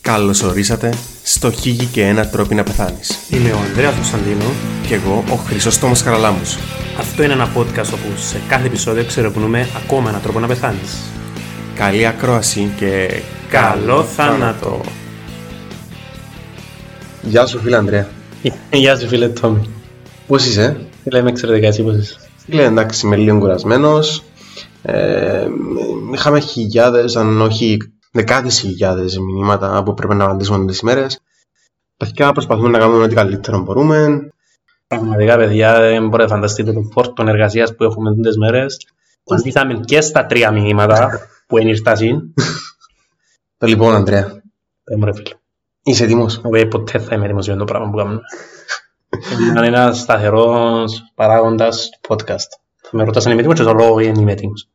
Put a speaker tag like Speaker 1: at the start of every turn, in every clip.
Speaker 1: Καλώς ορίσατε στο «Χίγη και ένα τρόπο να πεθάνεις».
Speaker 2: Είμαι ο Ανδρέας Κωνσταντίνο.
Speaker 1: Κι εγώ, ο Χρυσόστομος Χαραλάμπους.
Speaker 2: Αυτό είναι ένα podcast όπου σε κάθε επεισόδιο ξερευνούμε ακόμα έναν τρόπο να πεθάνεις.
Speaker 1: Καλή ακρόαση και...
Speaker 2: Καλό θάνατο!
Speaker 3: Γεια σου φίλε Ανδρέα.
Speaker 4: Γεια σου φίλε Τόμι.
Speaker 3: Πώς είσαι? ε?
Speaker 4: Φίλε, είμαι εξαιρετικά εσύ πώς είσαι.
Speaker 3: Φίλε εντάξει είμαι λίγο κουρασμένος. Ε, είχαμε χιλιάδες αν όχι δεκάδες χιλιάδες μηνύματα που πρέπει να απαντήσουμε τις μέρες. Αρχικά προσπαθούμε να κάνουμε ό,τι καλύτερο μπορούμε.
Speaker 4: Πραγματικά παιδιά δεν μπορείτε να φανταστείτε το φόρτο εργασίας που έχουμε τις μέρες. Απαντήσαμε και στα τρία μηνύματα που ενήρτασαν.
Speaker 3: Το λοιπόν Ανδρέα,
Speaker 4: Δεν μου ρε Ε, φίλε.
Speaker 3: είσαι έτοιμος.
Speaker 4: Εγώ ποτέ θα είμαι έτοιμος για το πράγμα που κάνουμε. Είναι ένα σταθερός παράγοντας του podcast. Θα με ρωτάς αν είμαι έτοιμος και το λόγο είναι είμαι έτοιμος.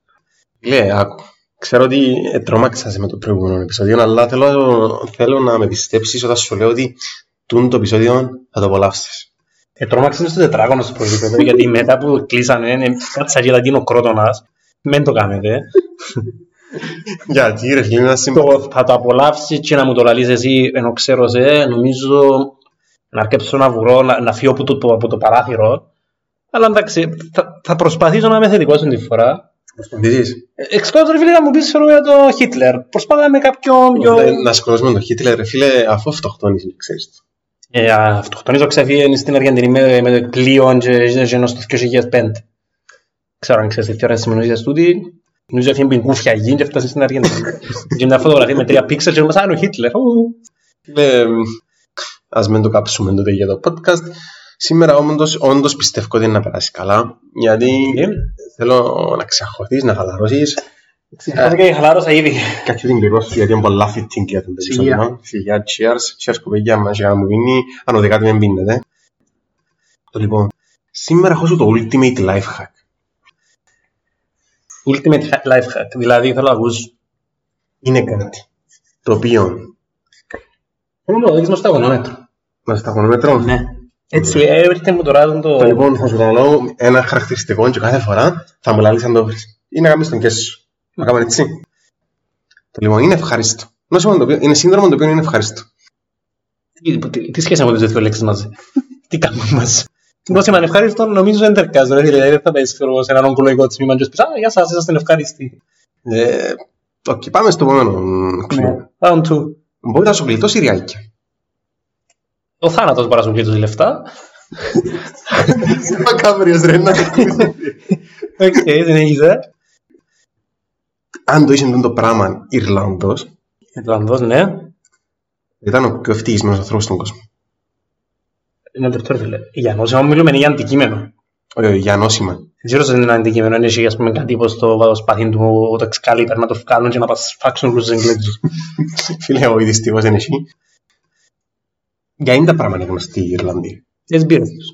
Speaker 3: Φίλε άκου. Ξέρω ότι ε, τρομάξασαι με το προηγούμενο επεισόδιο, αλλά θέλω, θέλω να με πιστέψεις όταν σου λέω ότι τούν το επεισόδιο θα το απολαύσεις.
Speaker 4: Ε, τρόμαξε με στο τετράγωνο στο προηγούμενο, γιατί μετά που κλείσανε, ε, κάτσα και ήταν ο κρότονας. Μην το κάνετε.
Speaker 3: Γιατί ρε φίλε, να συμ...
Speaker 4: το, θα το απολαύσεις και να μου το λαλείς εσύ, ενώ ξέρω σε, νομίζω να αρκέψω ένα βουρό, να, να φύγω από το, το- από το παράθυρο. Αλλά εντάξει, θα, θα προσπαθήσω να είμαι θετικός αυτή τη φορά.
Speaker 3: Προσπαθήσεις.
Speaker 4: Ε, Εξκόλως ρε φίλε να μου πεις ξέρω, για το Χίτλερ. Προσπάθα με κάποιον πιο...
Speaker 3: Να- Ναι, Να σκοτώσουμε τον Χίτλερ, ρε φίλε, αφού αυτοκτόνησε, ξέρεις το.
Speaker 4: Ε, αυτοκτονίζω ξεφύγει στην Αργεντινή με, με το πλοίο και γεννός το 2005. Ξέρω αν ξέρεις τι ώρα σημαίνει για στούτη. Νομίζω έφυγε την κούφια γη και έφτασε στην Αργεντινή. και μια φωτογραφία με τρία πίξελ και μέσα είναι ο Χίτλερ. Ου.
Speaker 3: Ε, ας μην το κάψουμε τότε για το podcast. Σήμερα όντως, όντως πιστεύω ότι είναι να περάσει καλά, γιατί
Speaker 4: Ε,
Speaker 3: θέλω να ξεχωθείς, να χαλαρώσεις. Ε,
Speaker 4: Χάθηκα και χαλάρωσα ήδη.
Speaker 3: Κάτσε την κληρώσου, γιατί είναι πολλά fitting για τον επεισόδιο. Φιλιά, cheers, cheers κουπέγια μας για να μου πίνει, αν οδηγάτε δεν πίνετε. Το λοιπόν, σήμερα έχω σου το ultimate life hack.
Speaker 4: Ultimate life hack. Δηλαδή θέλω να ακούς.
Speaker 3: Είναι κάτι το οποίο
Speaker 4: Θέλω να οδηγείς μας στο αγωνόμετρο.
Speaker 3: με σταγονόμετρο
Speaker 4: Ναι. Έτσι έρχεται Ε, μου τώρα το...
Speaker 3: Το λοιπόν, θα σου λέω ένα χαρακτηριστικό και κάθε φορά θα μου λαλείς αν το βρεις. Ή να κάνεις τον κέσο σου. Να κάνουμε έτσι. Το λοιπόν είναι ευχάριστο. Νόσημα το οποίο, είναι σύνδρομο το οποίο είναι ευχάριστο.
Speaker 4: Τι- τι- Τι σχέση έχουν τις δύο λέξεις μαζί. Τι κάνουμε μαζί. Εγώ είμαι ανευχάριστο, νομίζω δεν τερκάζω. ρε φίλε. Δεν θα πες ξέρω, εγώ, σε έναν ογκολογικό τμήμα και πεις «Α, γεια σας, είσαστε ευχάριστοι».
Speaker 3: Ε, okay, πάμε στο επόμενο. Ναι.
Speaker 4: Round two.
Speaker 3: Μπορεί να σου γλιτώσει η ριάκια.
Speaker 4: Ο θάνατος μπορεί να σου κλείτωσε λεφτά.
Speaker 3: Είσαι μακάβριος ρε να
Speaker 4: Οκ, δεν έχεις, ε.
Speaker 3: Αν το είσαι το πράγμα Ιρλανδός,
Speaker 4: Ιρλανδός, ναι.
Speaker 3: ήταν ο πιο ευτυχισμένος άνθρωπος στον κόσμο.
Speaker 4: Ένα λεπτό, ρε φίλε. Για νόση, αν μιλούμε είναι για αντικείμενο.
Speaker 3: Όχι, όχι, για νόσημα.
Speaker 4: Δεν ξέρω αν είναι αντικείμενο, αν έχει ας πούμε κάτι πως το σπαθί του, το excalibur να το βγάλουν και να πας φάξουν τους εγγλέζους.
Speaker 3: Φίλε, ο δυστυχώς δεν εσύ. Για είναι τα πράγματα γνωστή η Ιρλανδία.
Speaker 4: Έτσι πήρες τους.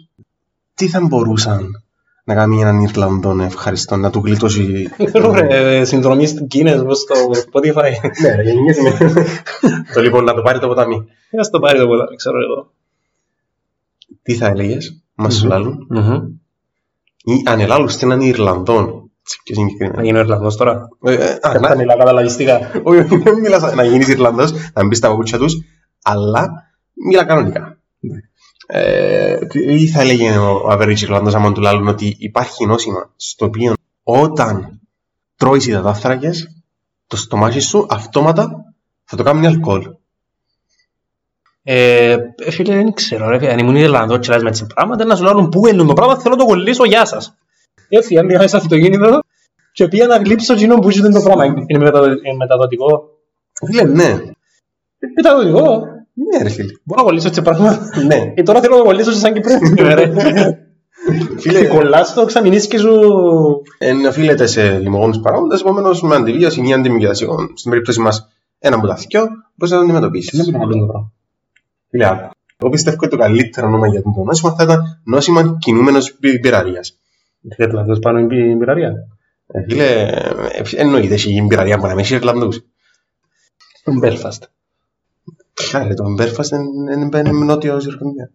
Speaker 3: τι θα μπορούσαν να κάνει έναν Ιρλανδόν ευχαριστώ, να του γλιτώσει.
Speaker 4: Ρε, συνδρομή στην Κίνες, πως το Spotify.
Speaker 3: Ναι, ρε, γενικές είναι. Το λοιπόν, να του πάρει το ποτάμι.
Speaker 4: Ε, Ας το πάρει το ποτάμι, ξέρω εγώ.
Speaker 3: Τι θα έλεγες, μας σου
Speaker 4: Μμμ.
Speaker 3: λαλούν.
Speaker 4: Μμμ.
Speaker 3: Ή αν ελάλουσαν έναν Ιρλανδόν. έτσι, Πιο
Speaker 4: Να
Speaker 3: συγκεκριμένα.
Speaker 4: γίνω Ιρλανδός τώρα.
Speaker 3: Ε, ε, α,
Speaker 4: Θα
Speaker 3: να-
Speaker 4: μιλάω καλά λαγιστικά.
Speaker 3: Όχι, όχι, δεν μιλάς να γίνεις Ιρλανδός, να μπεις στα παπούτσια τους, αλλά μιλά κανονικά. Ε, τι ή θα έλεγε ο average Ιρλανδός, άμα του λάλλουν, ότι υπάρχει νόσημα στο οποίο όταν τρώει υδατάθρακε, το στομάχι σου αυτόματα θα το κάνει αλκοόλ.
Speaker 4: Ε, ε, φίλε, δεν ξέρω. Ρε, φίλε, αν ήμουν Ιρλανδός και λάζεις με τις πράγματα, να σου λάλλουν πού είναι το πράγμα, θέλω να το κολλήσω, γεια σας. Έτσι, αν είχα σε αυτοκίνητο και πήγα να γλύψω κοινό που ήταν το πράγμα. Είναι μεταδο- είναι μεταδοτικό.
Speaker 3: Φίλε, ναι,
Speaker 4: Ε, Μεταδοτικό.
Speaker 3: ναι, ρε φίλε.
Speaker 4: Μπορώ να κολλήσω έτσι πράγμα.
Speaker 3: Ναι,
Speaker 4: Ε, τώρα θέλω να το κολλήσω σε σαν Κυπρέο. Ναι, ρε.
Speaker 3: φίλε,
Speaker 4: Κολλάς το, ξαμηνείς και σου...
Speaker 3: εν, οφείλεται σε λιμογόνου παράγοντε, επομένως με αντιβίωση ή αντιμικρασιών. Στην περίπτωση μας, ένα από τα δυο, μπορεί να το αντιμετωπίσει. Φίλε, άκου. εγώ πιστεύω ότι το καλύτερο όνομα για το νόσημα θα ήταν νόσημα κινούμενος πυραρία.
Speaker 4: Ιρλανδός πάνω είναι η πυραρία.
Speaker 3: Φίλε, ε, εννοείται έχει γίνει πυραρία που να μην έχει Ιρλανδού.
Speaker 4: Στον Belfast.
Speaker 3: Κάρε, το Μπέρφαστ είναι νότιο Ιρλανδία.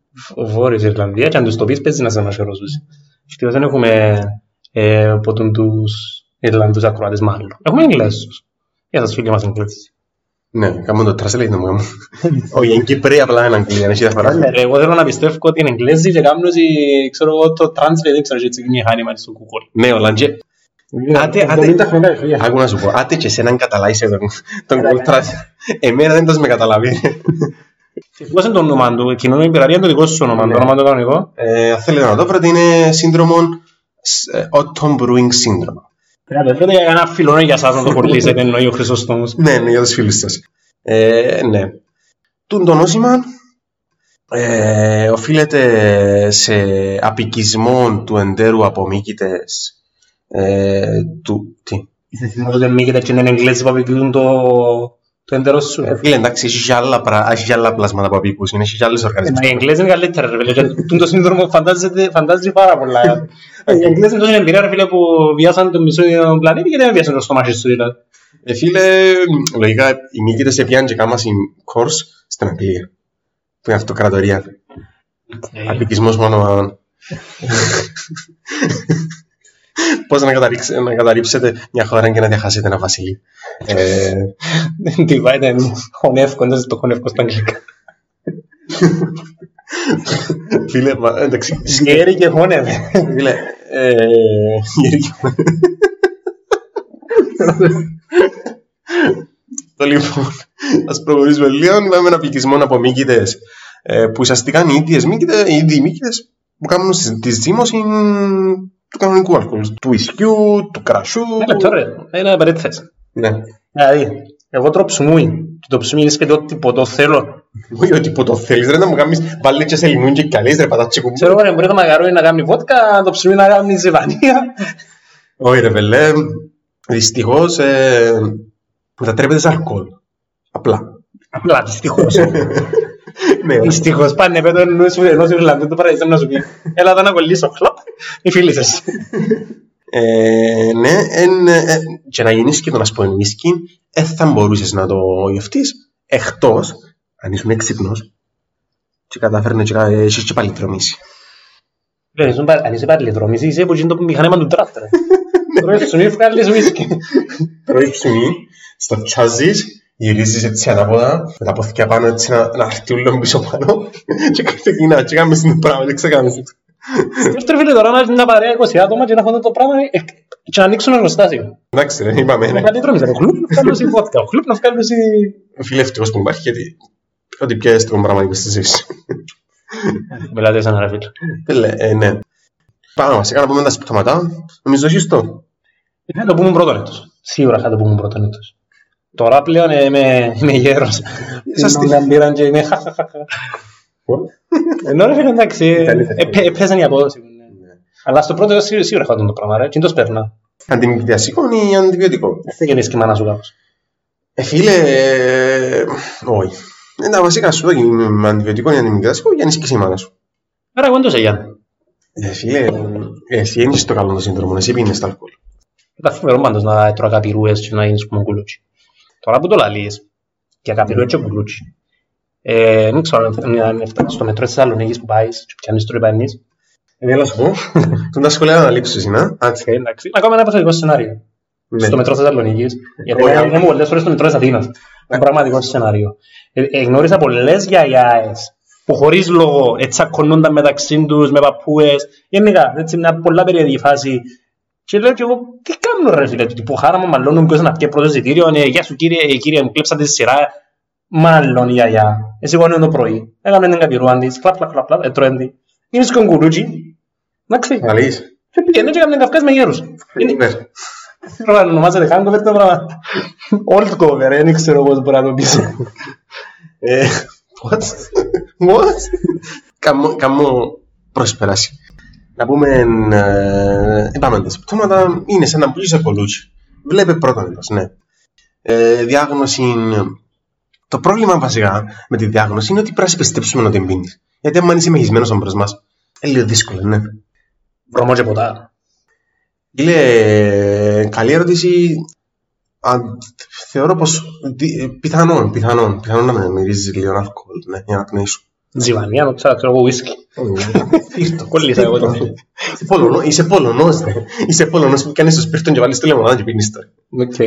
Speaker 4: Βόρειος Ιρλανδία και αν τους το πεις παίζει να σε ανασχερώσουν. Ευτυχώς δεν έχουμε ε, από τον τους Ιρλανδούς ακροάτες μάλλον. Έχουμε Εγγλέζους. Για σας φίλοι μας Εγγλέζοι.
Speaker 3: Ναι, κάμουν το translate μου. μου. Όχι, είναι Κυπρία απλά είναι Αγγλία, δεν έχει διαφορά.
Speaker 5: Ναι, ρε, Εγώ θέλω να πιστεύω ότι είναι Εγγλέζοι και κάνουν ότι, ξέρω εγώ, το translate, δεν ξέρω, έτσι μηχάνημα στο Google.
Speaker 3: Ναι, Ολλανδία. Άντε, άντε.
Speaker 5: 70 χρονιά, ρε, φύγε.
Speaker 3: Άκου να σου πω, άντε και εσέναν καταλάβεις τον, τον κουλτράς. Εμένα δεν τόσο με καταλαβεί.
Speaker 5: Πώς είναι το όνομα του, κοινωνική υπηρεσία είναι το δικό σου όνομα, το όνομα το κανονικό.
Speaker 3: Ε, αν θέλετε να το βρείτε, είναι σύνδρομο ε, Autumn Brewing Syndrome.
Speaker 5: Πρέπει να το βρείτε για ένα φιλονό για εσάς να το χορτήσετε, εννοεί ο Χρυσόστομος.
Speaker 3: Ναι, ναι, για τους φίλους σας. Ε, ναι. Τούν το νόσημα ε, οφείλεται σε απικισμό του εντέρου από μήκητες ε, του... Τι,
Speaker 5: Είσαι σίγουρος ότι μη κοιτάξει είναι Εγγλέζοι που απεικούν το το εντερό σου.
Speaker 3: Ε, Φίλε, εντάξει, έχει και άλλα, πρα... έχει και άλλα πλάσματα που απικούσουν, έχει και άλλους
Speaker 4: Ε,
Speaker 5: Μα οι
Speaker 3: οργανισμούς.
Speaker 5: Εγγλέζοι είναι καλύτερα ρε φίλε, και τούτο σύνδρομο φαντάζεται, φαντάζεται πάρα πολλά. Οι Εγγλέζοι είναι τόσο εμπειρία ρε φίλε που βιάσαν τον μισό πλανήτη και δεν βιάσαν το στομάχι σου δηλαδή.
Speaker 3: Ε, φίλε, λογικά οι νικήτες έπιαν και κάμα στην κόρς στην Αγγλία. Που είναι αυτοκρατορία.
Speaker 4: Ε,
Speaker 5: Ε.
Speaker 3: Απικισμός μόνο ομάδων. Πώς να, καταρρίξε- να καταρρύψετε μια χώρα και να διαχάσετε ένα βασίλειο. Ε,
Speaker 5: Divide and χωνεύκο, εντάξει το χωνεύκο στα αγγλικά.
Speaker 3: φίλε, μα, εντάξει.
Speaker 5: Σκέρι και χωνεύε.
Speaker 3: Φίλε, ε, γύρω- Το λοιπόν, ας προχωρήσουμε λίγο. Είπαμε ένα πληκισμό από μήκητες ε, που ουσιαστικά είναι οι ίδιες μήκητες, οι ίδιοι μήκητες που κάνουν στη- τη ζύμωση του κανονικού αλκοόλ, του ισιού, του κρασού.
Speaker 5: Ένα λεπτό Ε, ρε, ένα παρέτηθες.
Speaker 3: Ναι.
Speaker 5: Δηλαδή, εγώ τρώω ψουμούι και το ψουμούι είναι σπίτι ό,τι ποτό θέλω.
Speaker 3: Όχι ότι που το θέλεις ρε να μου κάνεις βάλε και σελινούν και καλές ρε πατάτσι κουμπί.
Speaker 5: Ξέρω εγώ ρε, μπορεί το μαγαρόνι να κάνει βότκα, το ψουμί να κάνει ζεβανία.
Speaker 3: Όχι ρε βελέ, δυστυχώς ε, μετατρέπεται σε αλκοόλ. Απλά.
Speaker 5: Απλά δυστυχώς.
Speaker 3: Ναι,
Speaker 5: Δυστυχώς πάνε πέτω ενός ενός Ιρλανδού το παραδείσαι να σου πει Έλα εδώ να κολλήσω χλαπ Οι φίλοι σας
Speaker 3: Ε, ναι, εν, ε, και να γεννήσεις και το να σου πω εν whisky, ε, θα μπορούσες να το γευτείς εκτός αν ήσουν έξυπνος και καταφέρνει και κα- έχεις και πάλι τρομήσει.
Speaker 5: Ρε, είσαι πα- Αν είσαι παρλητρομής είσαι που γίνει το μηχανήμα του τράφτ ρε Τρώεις σου μη βγάλεις μίσκι
Speaker 3: Τρώεις ψωμί, στο τσάζει, γυρίζεις έτσι ανάποδα, με τα πόθηκια πάνω έτσι ένα, ένα χτιούλο πίσω πάνω και ξεκινά. Και κάνουμε στην πράγμα, δεν ξεκάμε.
Speaker 5: Δεύτερο φίλε τώρα να έρθει μια παρέα 20 άτομα και να έχουν το πράγμα ε, και να ανοίξουν ένα εργοστάσιο
Speaker 3: Εντάξει, ρε, είπαμε. ναι.
Speaker 5: Παρλητρομής ρε, χλουπ να βγάλεις η βότκα Χλουπ να βγάλεις η...
Speaker 3: Φίλε, ευτυχώ που υπάρχει, γιατί ότι πιάσει τον πράγμα είπες στη ζωή σου.
Speaker 5: Μιλάτε σαν ρε φίλε
Speaker 3: Φίλε, ε, ναι. Πάμε μας, έκανα πούμε τα συμπτώματα. Νομίζω έχεις το.
Speaker 5: Θα το πούμε πρώτον έτος Σίγουρα θα το πούμε πρώτον έτος Τώρα πλέον ε, είμαι, είμαι γέρος.
Speaker 3: Σας
Speaker 5: Σας την πήραν και είμαι χαχαχαχα.
Speaker 3: Λοιπόν,
Speaker 5: Ενώ ρε φίλε εντάξει,
Speaker 3: Καλύτερα.
Speaker 5: ε, πέ- έπαιζαν η απόδοση. ναι. Αλλά στο πρώτο σί- σίγουρα είχα τον το πράγμα, ρε. Τι το σπέρνα.
Speaker 3: Αντιμικδιασικό ή αντιβιωτικό.
Speaker 5: Δεν γεννήθηκε η μάνα σου κάπως.
Speaker 3: Ε, φίλε, ε, όχι. Ε, τα βασικά σου δόκι με αντιβιωτικό ή αντιμικδιασικό για νησική μάνα σου.
Speaker 5: Άρα εγώ εντός Γιάννη.
Speaker 3: Ε, φίλε, ε, εσύ ένιξε το καλό το σύνδρομο, εσύ πίνεις τα αλκοόλ.
Speaker 5: Ήταν φοβερό πάντως να τρώω καπιρούες και να γίνεις που μου κουλούτσι. Τώρα που το λαλείς, για καπιρούες και κουλούτσι. Ε, δεν ξέρω αν φτάνει- αν φτάνει στο μετρό της Θεσσαλονίκης που πάεις και πιάνεις το ρεπανείς.
Speaker 3: Ε, να σου πω. Τον τα σχολεία να λείψεις εσύ, να. Άτσι.
Speaker 5: Εντάξει, να κάνουμε ένα παθητικό σενάριο.
Speaker 3: Ναι.
Speaker 5: στο μετρό Θεσσαλονίκης. Γιατί
Speaker 3: Όχι,
Speaker 5: εγώ
Speaker 3: άλλο.
Speaker 5: ήμουν πολλές φορές στο μετρό της Αθήνας. Είναι πραγματικό σενάριο. Ε, ε, Γνώρισα πολλές γιαγιάες που χωρίς λόγο ε, τσακωνούνταν μεταξύ τους με παππούες. Γενικά, έτσι μια πολλά περίεργη φάση. Και λέω και εγώ, τι κάνω ρε φίλε, που χάρα μου μαλώνουν ποιος να πιέ πρώτο εισιτήριο, ε, γεια σου κύριε, ε, κύριε μου κλέψατε τη σειρά. Μάλλον η γιαγιά, εσύ γόνιον το πρωί, έκαμε την καπηρούαν της, κλαπ, κλαπ, κλαπ, κλαπ, έτρωεν τη. Είναι σκογκουρούτσι, να ξέρει.
Speaker 3: Να λύσεις.
Speaker 5: Και πήγαινε και έκαμε την καυκάς με γέρους. Είναι-
Speaker 3: Ναι.
Speaker 5: Θέλω να ονομάζεται hangover το πράγμα. Old cover, ε, δεν ξέρω πώς μπορεί να το πεις.
Speaker 3: Ε, What? What? Καμό- Καμό προσπεράσει. Να πούμε, ε, είπαμε τα συμπτώματα, είναι σαν να πουλήσει κολούτσι. Βλέπε πρώτον ένας, ναι. Ε, διάγνωση. Το πρόβλημα βασικά με τη διάγνωση είναι ότι πρέπει να σε πιστέψουμε να την πίνεις. Γιατί αν είσαι μεχισμένος όμπρος μας, είναι λίγο δύσκολο, ναι.
Speaker 5: Βρωμό και ποτά.
Speaker 3: Φίλε, καλή ερώτηση. Αν- θεωρώ πως δι- πιθανόν, πιθανόν, πιθανόν να με μυρίζεις λίγο αλκοόλ, ναι, για να πνέξω.
Speaker 5: Τζιβανία, το ξέρω, ξέρω εγώ whisky.
Speaker 3: Φίρτο.
Speaker 5: Κόλλησα εγώ Ε, το φίλο.
Speaker 3: Είσαι ναι. Πολωνό- Είσαι Πολωνός, ρε. Είσαι Πολωνός που κάνεις το σπίρτον και βάλεις τη λεμονάδα και πίνεις το.
Speaker 5: Οκ.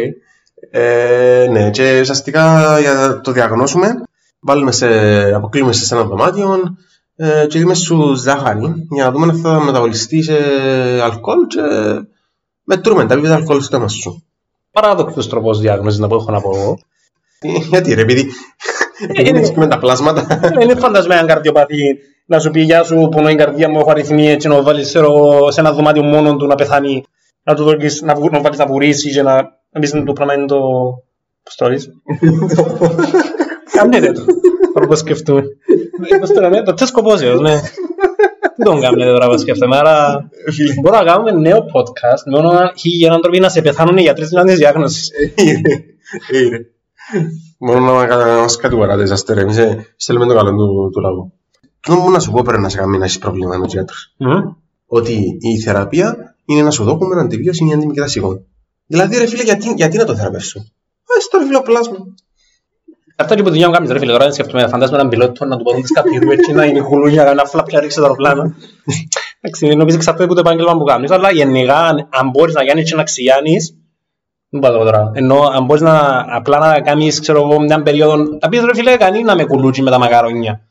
Speaker 3: Ε, ναι, και ουσιαστικά για να το διαγνώσουμε, βάλουμε σε, αποκλείουμε σε ένα δωμάτιο ε, και δίνουμε σου ζάχαρη για να δούμε αν θα μεταβολιστεί σε αλκοόλ και μετρούμε τα επίπεδα αλκοόλ στο αίμα σου.
Speaker 5: Παράδοξος τρόπος διάγνωσης να πω, έχω να πω εγώ.
Speaker 3: Ε, Γιατί ρε, επειδή επειδή έχεις και με τα πλάσματα.
Speaker 5: Ε, Είναι φαντασμένα καρδιοπαθή να σου πει Γεια σου, πονώ η καρδιά μου, έχω αριθμία και να βάλει σε ένα δωμάτιο μόνο του να πεθάνει. Να του βάλεις να, βγου- να, βάλεις να βουρήσεις και να, να πεις το πράγμα είναι το. Πώς το λες? Κάμνετε το. Τώρα πώς σκεφτούμε. Ε, Πώς το λέμε, το τι σκοπόσιος, ναι. Δεν τον κάμνετε τώρα πώς σκέφτομαι. Άρα μπορούμε να κάνουμε νέο podcast με όνομα χίλιοι άνθρωποι να σε πεθάνουν οι γιατροί στην αντιδιάγνωση.
Speaker 3: Ε, ρε. Μόνο να κατα- να μας κατηγοράτε σας τώρα, εμείς ε, στέλνουμε το καλό του, του λαού. Τούτο που να σου πω πρέπει να σε κάνει να έχεις πρόβλημα με τους γιατρούς. Ότι η θεραπεία είναι να σου δώσουμε έναν τυπίωση ή αντιμικρασιγόν. Δηλαδή ρε φίλε, γιατί, γιατί να το θεραπεύσω. Α, στο ρε φίλε πλάσμα.
Speaker 5: Αυτό και που δουλειά μου κάνεις ρε φίλε, τώρα σκέφτομαι, φαντάζομαι έναν πιλότο να του πάρουν τις καπηρού έτσι, να είναι χουλούνια, να φλαπιά ρίξει το αεροπλάνο. Εντάξει, νομίζω εξαρτάται που το επάγγελμα που κάνεις, αλλά γενικά αν- αν μπορείς να κάνεις και να ξηγιάνεις, μην πάω τώρα, ενώ αν μπορείς να, απλά να κάνεις, ξέρω εγώ, μια περίοδο, να πεις ρε φίλε, κανεί να με κουλούτσι με τα μακαρόνια.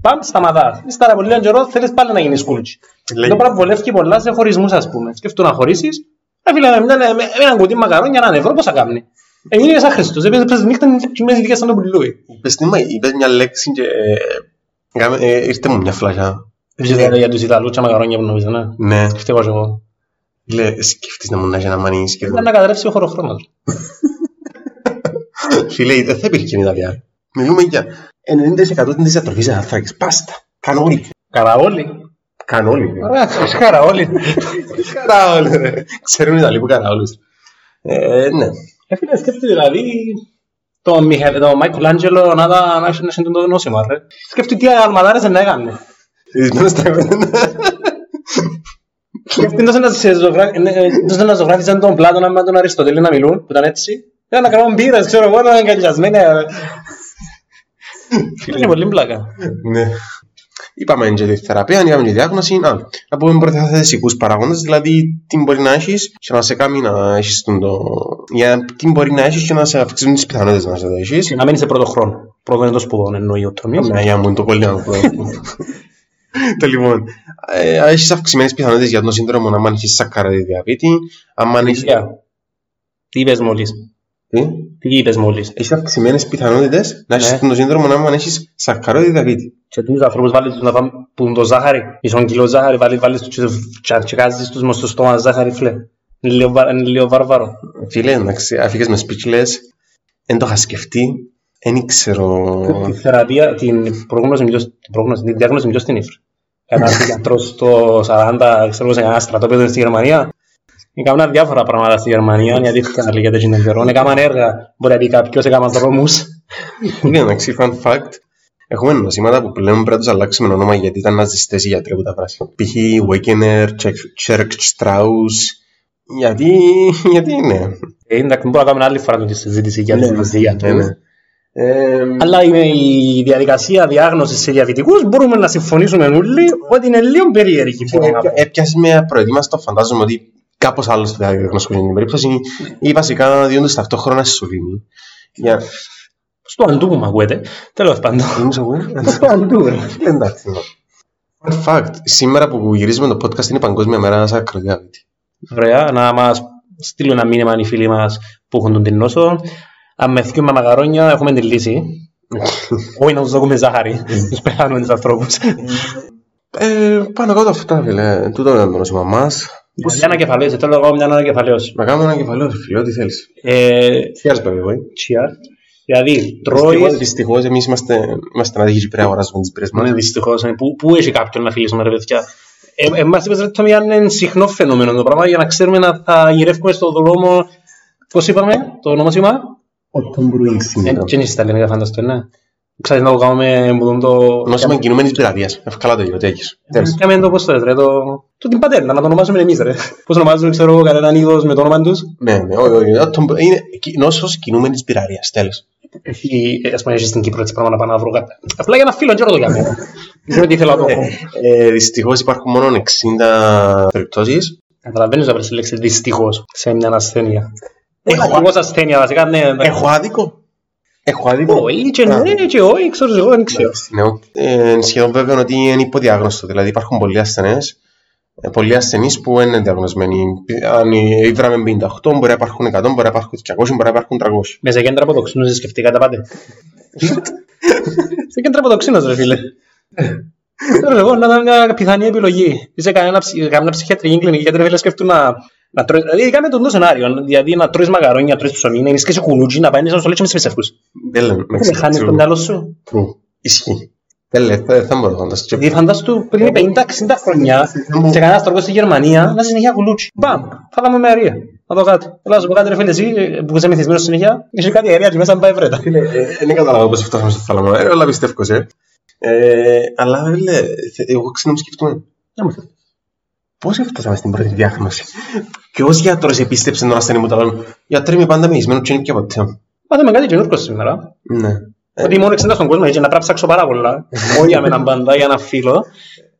Speaker 5: Παμ, σταματάς. Ύστερα από λίγο καιρό θέλεις πάλι να γίνεις κουλούτσι.
Speaker 3: Λέει.
Speaker 5: Εδώ πέρα βολεύει πολλά σε χωρισμούς ας πούμε. Σκεφτούν να χωρίσεις, ρε φίλε, με- με- με- έναν κουτί μακαρόνια, έναν ευρώ, πόσα κάνει. Έγινε σαν Χριστός, έπαιζε έπαιζε νύχτα και μέσα σαν τον πουλούι.
Speaker 3: Είπες τι, μα, είπες μια λέξη και ε, κάμε- ε, ήρθε μου μια φλάσια.
Speaker 5: Βγήκε για τους Ιταλούς και μαγαρόνια που νομίζω, ναι.
Speaker 3: Ναι,
Speaker 5: Ευτυχώς εγώ.
Speaker 3: λέει, σκέφτεις να μου να έχει ένα μανί
Speaker 5: Ήταν
Speaker 3: σκέφτομαι.
Speaker 5: να καταρρεύσει ο χωροχρόνος.
Speaker 3: Φίλε, δεν θα υπήρχε στην Ιταλία. Μιλούμε για 90% της διατροφής ανθράκης. Πάστα. Κανόλι.
Speaker 5: Καραόλι.
Speaker 3: Κανόλι. ρε.
Speaker 5: Ωραία, καραόλι.
Speaker 3: Καραόλι, ρε. Ξέρουν οι Ιταλοί που καραόλους. Ε, ναι.
Speaker 5: Έφυγε σκέφτεται δηλαδή τον Μιχαήλ, τον Μάικλ Άντζελο να τα να έχει να συντούν το νόσημα, ρε. Σκέφτεται τι αλμαδάρες να έκανε.
Speaker 3: Συνηθισμένος τραγουδιστής.
Speaker 5: Σκέφτεται να σε ζωγράφι- ναι, ε, τόσο να ζωγράφιζαν τον Πλάτωνα με τον Αριστοτέλη να μιλούν, που ήταν έτσι. Ήταν να κάνουν μπύρες, ξέρω εγώ, να είναι αγκαλιασμένοι. ε. Είναι πολύ πλάκα.
Speaker 3: Ναι. Είπαμε είναι και τη θεραπεία, είπαμε και τη διάγνωση. Α, να πούμε προθεσιακού παράγοντες, δηλαδή τι μπορεί να έχεις και να σε κάνει να έχεις τον. Το... Για τι μπορεί να έχεις και να σε αυξήσουν τις πιθανότητες να σε το έχει.
Speaker 5: Να μένει σε πρώτο χρόνο. Πρώτο είναι το σπουδόν, εννοεί ο Τόμιος.
Speaker 3: Ναι, για μου είναι το πολύ άγχο. Το λοιπόν. Έχεις αυξημένες πιθανότητες για τον σύνδρομο να μην έχει σακαράδι διαβήτη. Αν Ε, έχει.
Speaker 5: Ηλία, Τι είπες μόλις. Τι είπες μόλις.
Speaker 3: Έχεις αυξημένες πιθανότητες να
Speaker 5: Ναι.
Speaker 3: έχει τον σύνδρομο να μην έχει σακαράδι διαβήτη.
Speaker 5: Και τους ανθρώπους βάλεις τους να φάμε που το ζάχαρη. Μισόν κιλό ζάχαρη βάλεις, βάλεις τους και τσεκάζεις τους μες στο στόμα ζάχαρη φλε. Είναι λίγο βα- Είναι λίγο βαρβαρό.
Speaker 3: Φίλε, εντάξει, αφήγες με speechless. Δεν το είχα σκεφτεί. Δεν ήξερα.
Speaker 5: Τη θεραπεία, την πρόγνωση μιλώς, την πρόγνωση, την διάγνωση μιλώς την ύφρη. Κατά ένας γιατρός στο 40, ξέρω εγώ, σε ένα στρατόπεδο στη Γερμανία. Έκαναν διάφορα πράγματα στη Γερμανία, γιατί είχαν λέγεται και τον καιρό. Έκαναν έργα, μπορεί να πει κάποιος, έκαναν δρόμους.
Speaker 3: Φίλε, Ναι, εντάξει, fun fact. Έχουμε νοσήματα που πλέον πρέπει να τους αλλάξουμε όνομα γιατί ήταν ναζιστές οι γιατροί που τα πράσινα. Π.χ. Wegener, Τσέρκ Strauss. Γιατί, γιατί ναι. είναι.
Speaker 5: Ε, Εντάξει, μπορούμε να κάνουμε άλλη φορά τη συζήτηση για τις
Speaker 3: Ναι,
Speaker 5: ναζιατρούς.
Speaker 3: ναι. Ε,
Speaker 5: Αλλά είναι η διαδικασία διάγνωσης σε διαβητικούς μπορούμε να συμφωνήσουμε όλοι ότι είναι λίγο περίεργη. μπορώ να πω.
Speaker 3: Έπιασε με απροετοίμαστο, φαντάζομαι ότι κάπως άλλος θα διαγνωσκούσε την περίπτωση ή βασικά διόντως ταυτόχρονα σε σωλήνη. Για
Speaker 5: Στο αντού που με ακούετε. Τέλος πάντων.
Speaker 3: να σε ακούω.
Speaker 5: Στο αντού. ρε.
Speaker 3: ε. Εντάξει. ναι. Fun fact, σήμερα που γυρίζουμε το podcast είναι η Παγκόσμια Μέρα Σακροδιάβητη.
Speaker 5: Ωραία, να μας στείλουν ένα μήνυμα οι φίλοι μας που έχουν τον την νόσο. Αν μεθιούμε με μαγαρόνια, έχουμε τη λύση. Όχι να τους δώσουμε ζάχαρη. Τους πεθάνουμε τους ανθρώπους.
Speaker 3: Ε, πάνω κάτω αυτά, φίλε. Τούτο είναι το νόσημα μα.
Speaker 5: Μια ανακεφαλαίωση. Θέλω εγώ μια ανακεφαλαίωση.
Speaker 3: Να κάνουμε ένα κεφαλαίο, ρε φίλε, ό,τι θέλεις.
Speaker 5: Ε,
Speaker 3: Χαίρεσαι, παιδί.
Speaker 5: τσιά. Δηλαδή,
Speaker 3: Δυστυχώς,
Speaker 5: τρώεις.
Speaker 3: δυστυχώς, εμείς είμαστε, είμαστε να πρέπει να αγοράζουμε τι πυρές
Speaker 5: Ναι,
Speaker 3: μα.
Speaker 5: δυστυχώ. Πού, πού έχει κάποιον να φιλήσουμε, ρε παιδιά. Ε, Εμά είπες ρε Τόμι, αν είναι συχνό φαινόμενο το πράγμα για να ξέρουμε να θα γυρεύουμε στον δρόμο. Πώς είπαμε το Ε, ονομάσμα.
Speaker 3: Ο Tom Brewing Syndrome.
Speaker 5: Τι είναι στα ελληνικά, φανταστείτε, ναι. Ξέρετε να το κάνουμε που τον το. Ε,
Speaker 3: Νόσημα κινούμενη πειρατεία. Ευκάλα το γυροτέκι. Τέλος.
Speaker 5: Κάμε το πώς το ρε. Το, το την πατέρνα, να το ονομάζουμε εμείς, ρε. Πώς ονομάζουμε, ξέρω εγώ, κανέναν είδος με το όνομα τους.
Speaker 3: Ναι, ναι, όχι, όχι. Ο Tom- Είναι νόσος κινούμενης πειρατεία. Τέλο.
Speaker 5: Α Ε, πούμε, έχει στην Κύπρο έτσι πράγμα να πάω να βρω κάτι. Απλά για ένα φίλο, ξέρω το για μένα. Δεν ξέρω τι θέλω να το έχω.
Speaker 3: Δυστυχώ Ε, υπάρχουν μόνο 60 περιπτώσεις.
Speaker 5: Καταλαβαίνεις να βρεις τη λέξη δυστυχώς σε μια ασθένεια. Πολλά
Speaker 3: Έχω-
Speaker 5: ακριβώς ασθένεια βασικά, ναι.
Speaker 3: Έχω άδικο. Έχω άδικο.
Speaker 5: Όχι, και ναι, και όχι, ξέρω εγώ, δεν ξέρω.
Speaker 3: Ναι. Ε, σχεδόν βέβαιο είναι ότι είναι υποδιάγνωστο. Δηλαδή υπάρχουν πολλοί ασθενεί πολλοί ασθενείς που δεν είναι διαγνωσμένοι. Αν είδαμε 58, μπορεί να υπάρχουν 100, μπορεί να υπάρχουν 200, μπορεί να υπάρχουν 300.
Speaker 5: Με σε κέντρα αποτοξίνωσης σκεφτήκατε πάτε. σε κέντρα αποτοξίνωσης ρε φίλε. Ξέρω εγώ να ήταν μια πιθανή επιλογή. Είσαι κανένα, ψυ- καμιά ψυχιατρική κλινική γιατί ρε φίλε σκεφτούν να, να τρώεις. Δηλαδή ειδικά με τον το σενάριο. Δηλαδή να τρώεις μαγαρόνια, να τρώεις ψωμί, να ενισχύσεις κουνούτζι, να πάει να σου λέει με ψεύκους.
Speaker 3: Δεν λέμε.
Speaker 5: Πού με Ε, χάνεις τον τάλο σου.
Speaker 3: True. Ισχύει. Δεν λέ- δεν δεν μπορώ να φανταστώ.
Speaker 5: Δηλαδή φαντάσου του πριν 50-60 χρονιά σε κανένας τρόπος στη Γερμανία να συνεχεία κουλούτσι. Μπαμ, φάγαμε με αερία. Να δω κάτι. Έλα να σου πω κάτι ρε φίλε εσύ ε, που είσαι μυθισμένος συνέχεια. Είχε κάτι αερία και μέσα να πάει βρέτα.
Speaker 3: Φίλε, ε, δεν καταλαβαίνω πώς φτάσαμε στο θάλαμο. Ε, αλλά πιστεύω σε. Ε, αλλά φίλε, θε- εγώ ξέρω να μου σκεφτούμε.
Speaker 5: Να μου πεις.
Speaker 3: Πώς έφτασαμε στην πρώτη διάγνωση. Ποιος γιατρός επίστεψε τον ασθενή μου τα λόγω. Γιατροί είμαι πάντα μυρισμένο και είναι πια ποτέ.
Speaker 5: Μάθαμε κάτι καινούργιο σήμερα.
Speaker 3: Ναι. Ε,
Speaker 5: Ότι μόνο εξήντα στον κόσμο έτσι να πρέπει να ψάξω πάρα πολλά. Όχι για έναν πάντα, για ένα φίλο.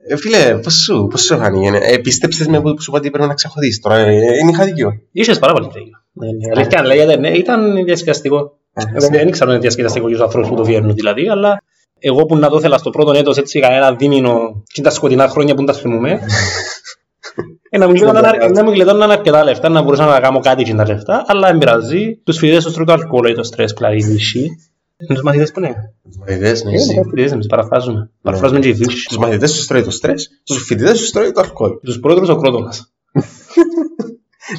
Speaker 3: ε, Φίλε, πώς σου, πώς σου φάνηκε. Ε, Επίστεψες με που που σου είπα ότι πρέπει να ξεχωθείς. Τώρα ε, ε, είχα δίκιο.
Speaker 5: Είσαι πάρα πολύ τέλειο. Ναι, ναι. Αλήθεια αν λέγεται, ναι, ήταν διασκεδαστικό.
Speaker 3: Ε,
Speaker 5: Εγώ δεν ήξερα αν είναι διασκεδαστικό για τους ανθρώπους που το βιέρνουν δηλαδή, αλλά εγώ που να το ήθελα στο πρώτο έτος έτσι κανένα δίμηνο και τα σκοτεινά χρόνια που τα θυμούμε. ε, να μου γλιτώναν αρ- να μου γλιτώναν αρκετά λεφτά, να μπορούσα να κάνω κάτι και τα λεφτά, αλλά δεν πειράζει. Τους φοιτητές τους τρώει το αλκοόλ ή το στρες, πλαρή δύση. Τους μαθητές που είναι.
Speaker 3: Μα ιδέες, ναι,
Speaker 5: Ε, Ναι.
Speaker 3: εσύ.
Speaker 5: είναι φοιτητές εμείς, παραφράζουμε. Παραφράζουμε και οι δύσεις.
Speaker 3: Στους μαθητές τους τρώει το στρες, στους φοιτητές τους τρώει το αλκοόλ.
Speaker 5: Τους πρόεδρους ο Κρότονας.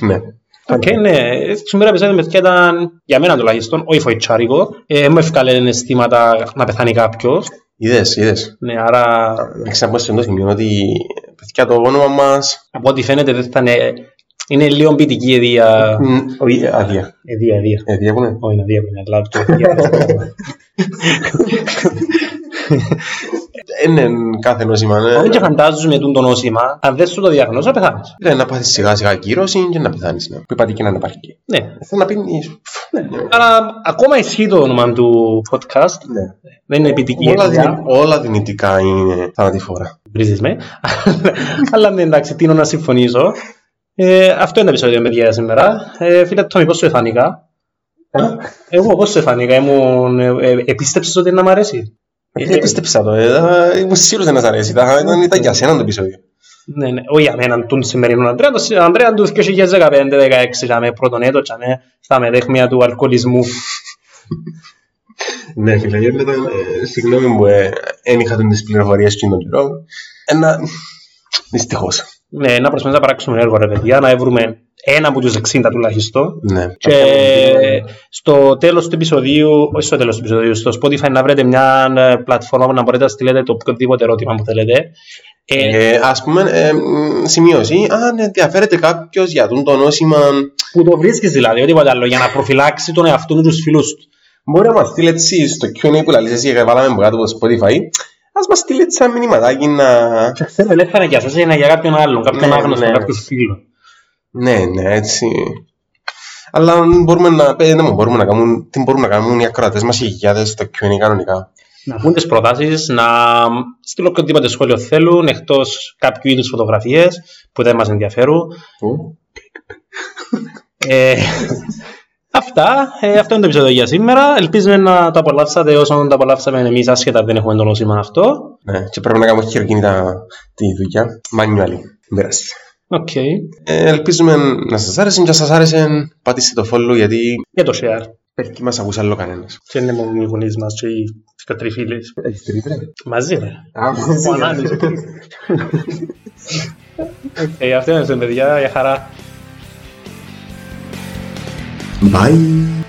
Speaker 3: Ναι.
Speaker 5: Και ναι, σήμερα επεισόδιο με ήταν για μένα τουλάχιστον, όχι φοητσάρικο. Ε, μου ευκάλε αισθήματα να πεθάνει κάποιος.
Speaker 3: Ιδέες, ιδέες.
Speaker 5: Ναι, άρα
Speaker 3: Να ξαναπώ το σημείο ότι παιδιά το όνομα μας
Speaker 5: από ό,τι φαίνεται δεν θα είναι, είναι λίγο ποιητική η αιδία.
Speaker 3: Μ, όχι, άδεια.
Speaker 5: Αιδία, αιδία.
Speaker 3: Ε, διάβομαι.
Speaker 5: Όχι, είναι αιδία που είναι λάβει το
Speaker 3: Ε, ναι, κάθε νόσημα. ναι.
Speaker 5: Αν και φαντάζομαι τούν το νόσημα, αν δεν σου το διαγνώσω, πεθάνεις.
Speaker 3: Ρε, να πάθεις σιγά σιγά κύρωση και να πεθάνεις. Ναι. Που είπατε και να υπάρχει.
Speaker 5: Ναι.
Speaker 3: Θέλω να ε, πίνεις.
Speaker 5: Άρα ακόμα ισχύει το όνομα του podcast.
Speaker 3: Ναι.
Speaker 5: Δεν είναι ποιητική η
Speaker 3: Όλα,
Speaker 5: αιδία.
Speaker 3: δυνη- όλα δυνητικά είναι θανατηφόρα.
Speaker 5: Βρίζεις με. Αλλά ναι, εντάξει, τίνω να συμφωνήσω. Ε, αυτό είναι το επεισόδιο, παιδιά, σήμερα. Ε, φίλε Τόμι, πώς σου εφάνηκα. Εγώ πώς σου εφάνηκα. Ήμουν, ε, ε, επίστεψες ότι να μ' αρέσει.
Speaker 3: Ε, πίστεψα το. ε, ε, Ήμουν σίγουρος δεν σας αρέσει. Τα- Ήταν ήταν για σένα το επεισόδιο.
Speaker 5: Ναι, ναι, όχι για μένα τον σημερινό Αντρέα, τον Αντρέα του 2015-16 με πρώτον έτος, τσάμε, στα μεδέχμια του αλκοολισμού.
Speaker 3: Ναι, φίλε, γιατί ήταν, ε, συγγνώμη που ε, δεν είχα τον τις πληροφορίες και τον καιρό. Ένα... Δυστυχώς.
Speaker 5: Ναι, να προσπαθήσουμε να παράξουμε έργο ρε παιδιά, να βρούμε ένα από τους 60 τουλάχιστον.
Speaker 3: Ναι.
Speaker 5: Και στο τέλος του επεισοδίου, όχι στο τέλος του επεισοδίου, στο Spotify να βρείτε μια ε, πλατφόρμα που να μπορείτε να στείλετε το οποιοδήποτε ερώτημα που θέλετε. Ε,
Speaker 3: Ε, ας πούμε, ε, μ, σημείωση, αν ενδιαφέρεται κάποιος για τον το νόσημα
Speaker 5: που το βρίσκεις δηλαδή, οτιδήποτε άλλο, για να προφυλάξει τον εαυτό του τους φίλους του.
Speaker 3: Μπορεί να μας στείλει έτσι στο Q&A που λαλείς εσύ και βάλαμε από κάτω από το Spotify Ας μας στείλει έτσι ένα μηνυματάκι να...
Speaker 5: Θέλω ελεύθερα για σας, είναι για κάποιον άλλον, κάποιον
Speaker 3: Ναι,
Speaker 5: άγνωστο,
Speaker 3: ναι.
Speaker 5: κάποιον φίλο.
Speaker 3: Ναι, ναι, έτσι Αλλά μπορούμε να, ε, ναι, μπορούμε να κάνουν, τι μπορούμε να κάνουν οι ακροατές μας οι χιλιάδες στο Q&A κανονικά
Speaker 5: να πούν τις προτάσεις, να στείλουν οποιοδήποτε σχόλιο θέλουν, εκτός κάποιου είδους φωτογραφίες που δεν μας ενδιαφέρουν. Ε, αυτά, ε, αυτό είναι το επεισόδιο για σήμερα. Ελπίζουμε να το απολαύσατε όσο το απολαύσαμε εμείς, άσχετα αν δεν έχουμε το νόσημα αυτό.
Speaker 3: Ναι, και πρέπει να κάνουμε χειροκίνητα τη δουλειά Manually, μην πειράζει
Speaker 5: Οκ.
Speaker 3: ε, Ελπίζουμε να σας άρεσε και αν σας άρεσε πατήστε το follow γιατί
Speaker 5: Για το share.
Speaker 3: δεν μας ακούσει άλλο κανένας
Speaker 5: Και είναι μόνο οι γονείς μας και οι δυο-τρει φίλοι.
Speaker 3: Έχεις τρίτρα
Speaker 5: Μαζί ρε. Ο ανάλυση. Ε, αυτό είναι το παιδιά. Για χαρά.
Speaker 1: Bye.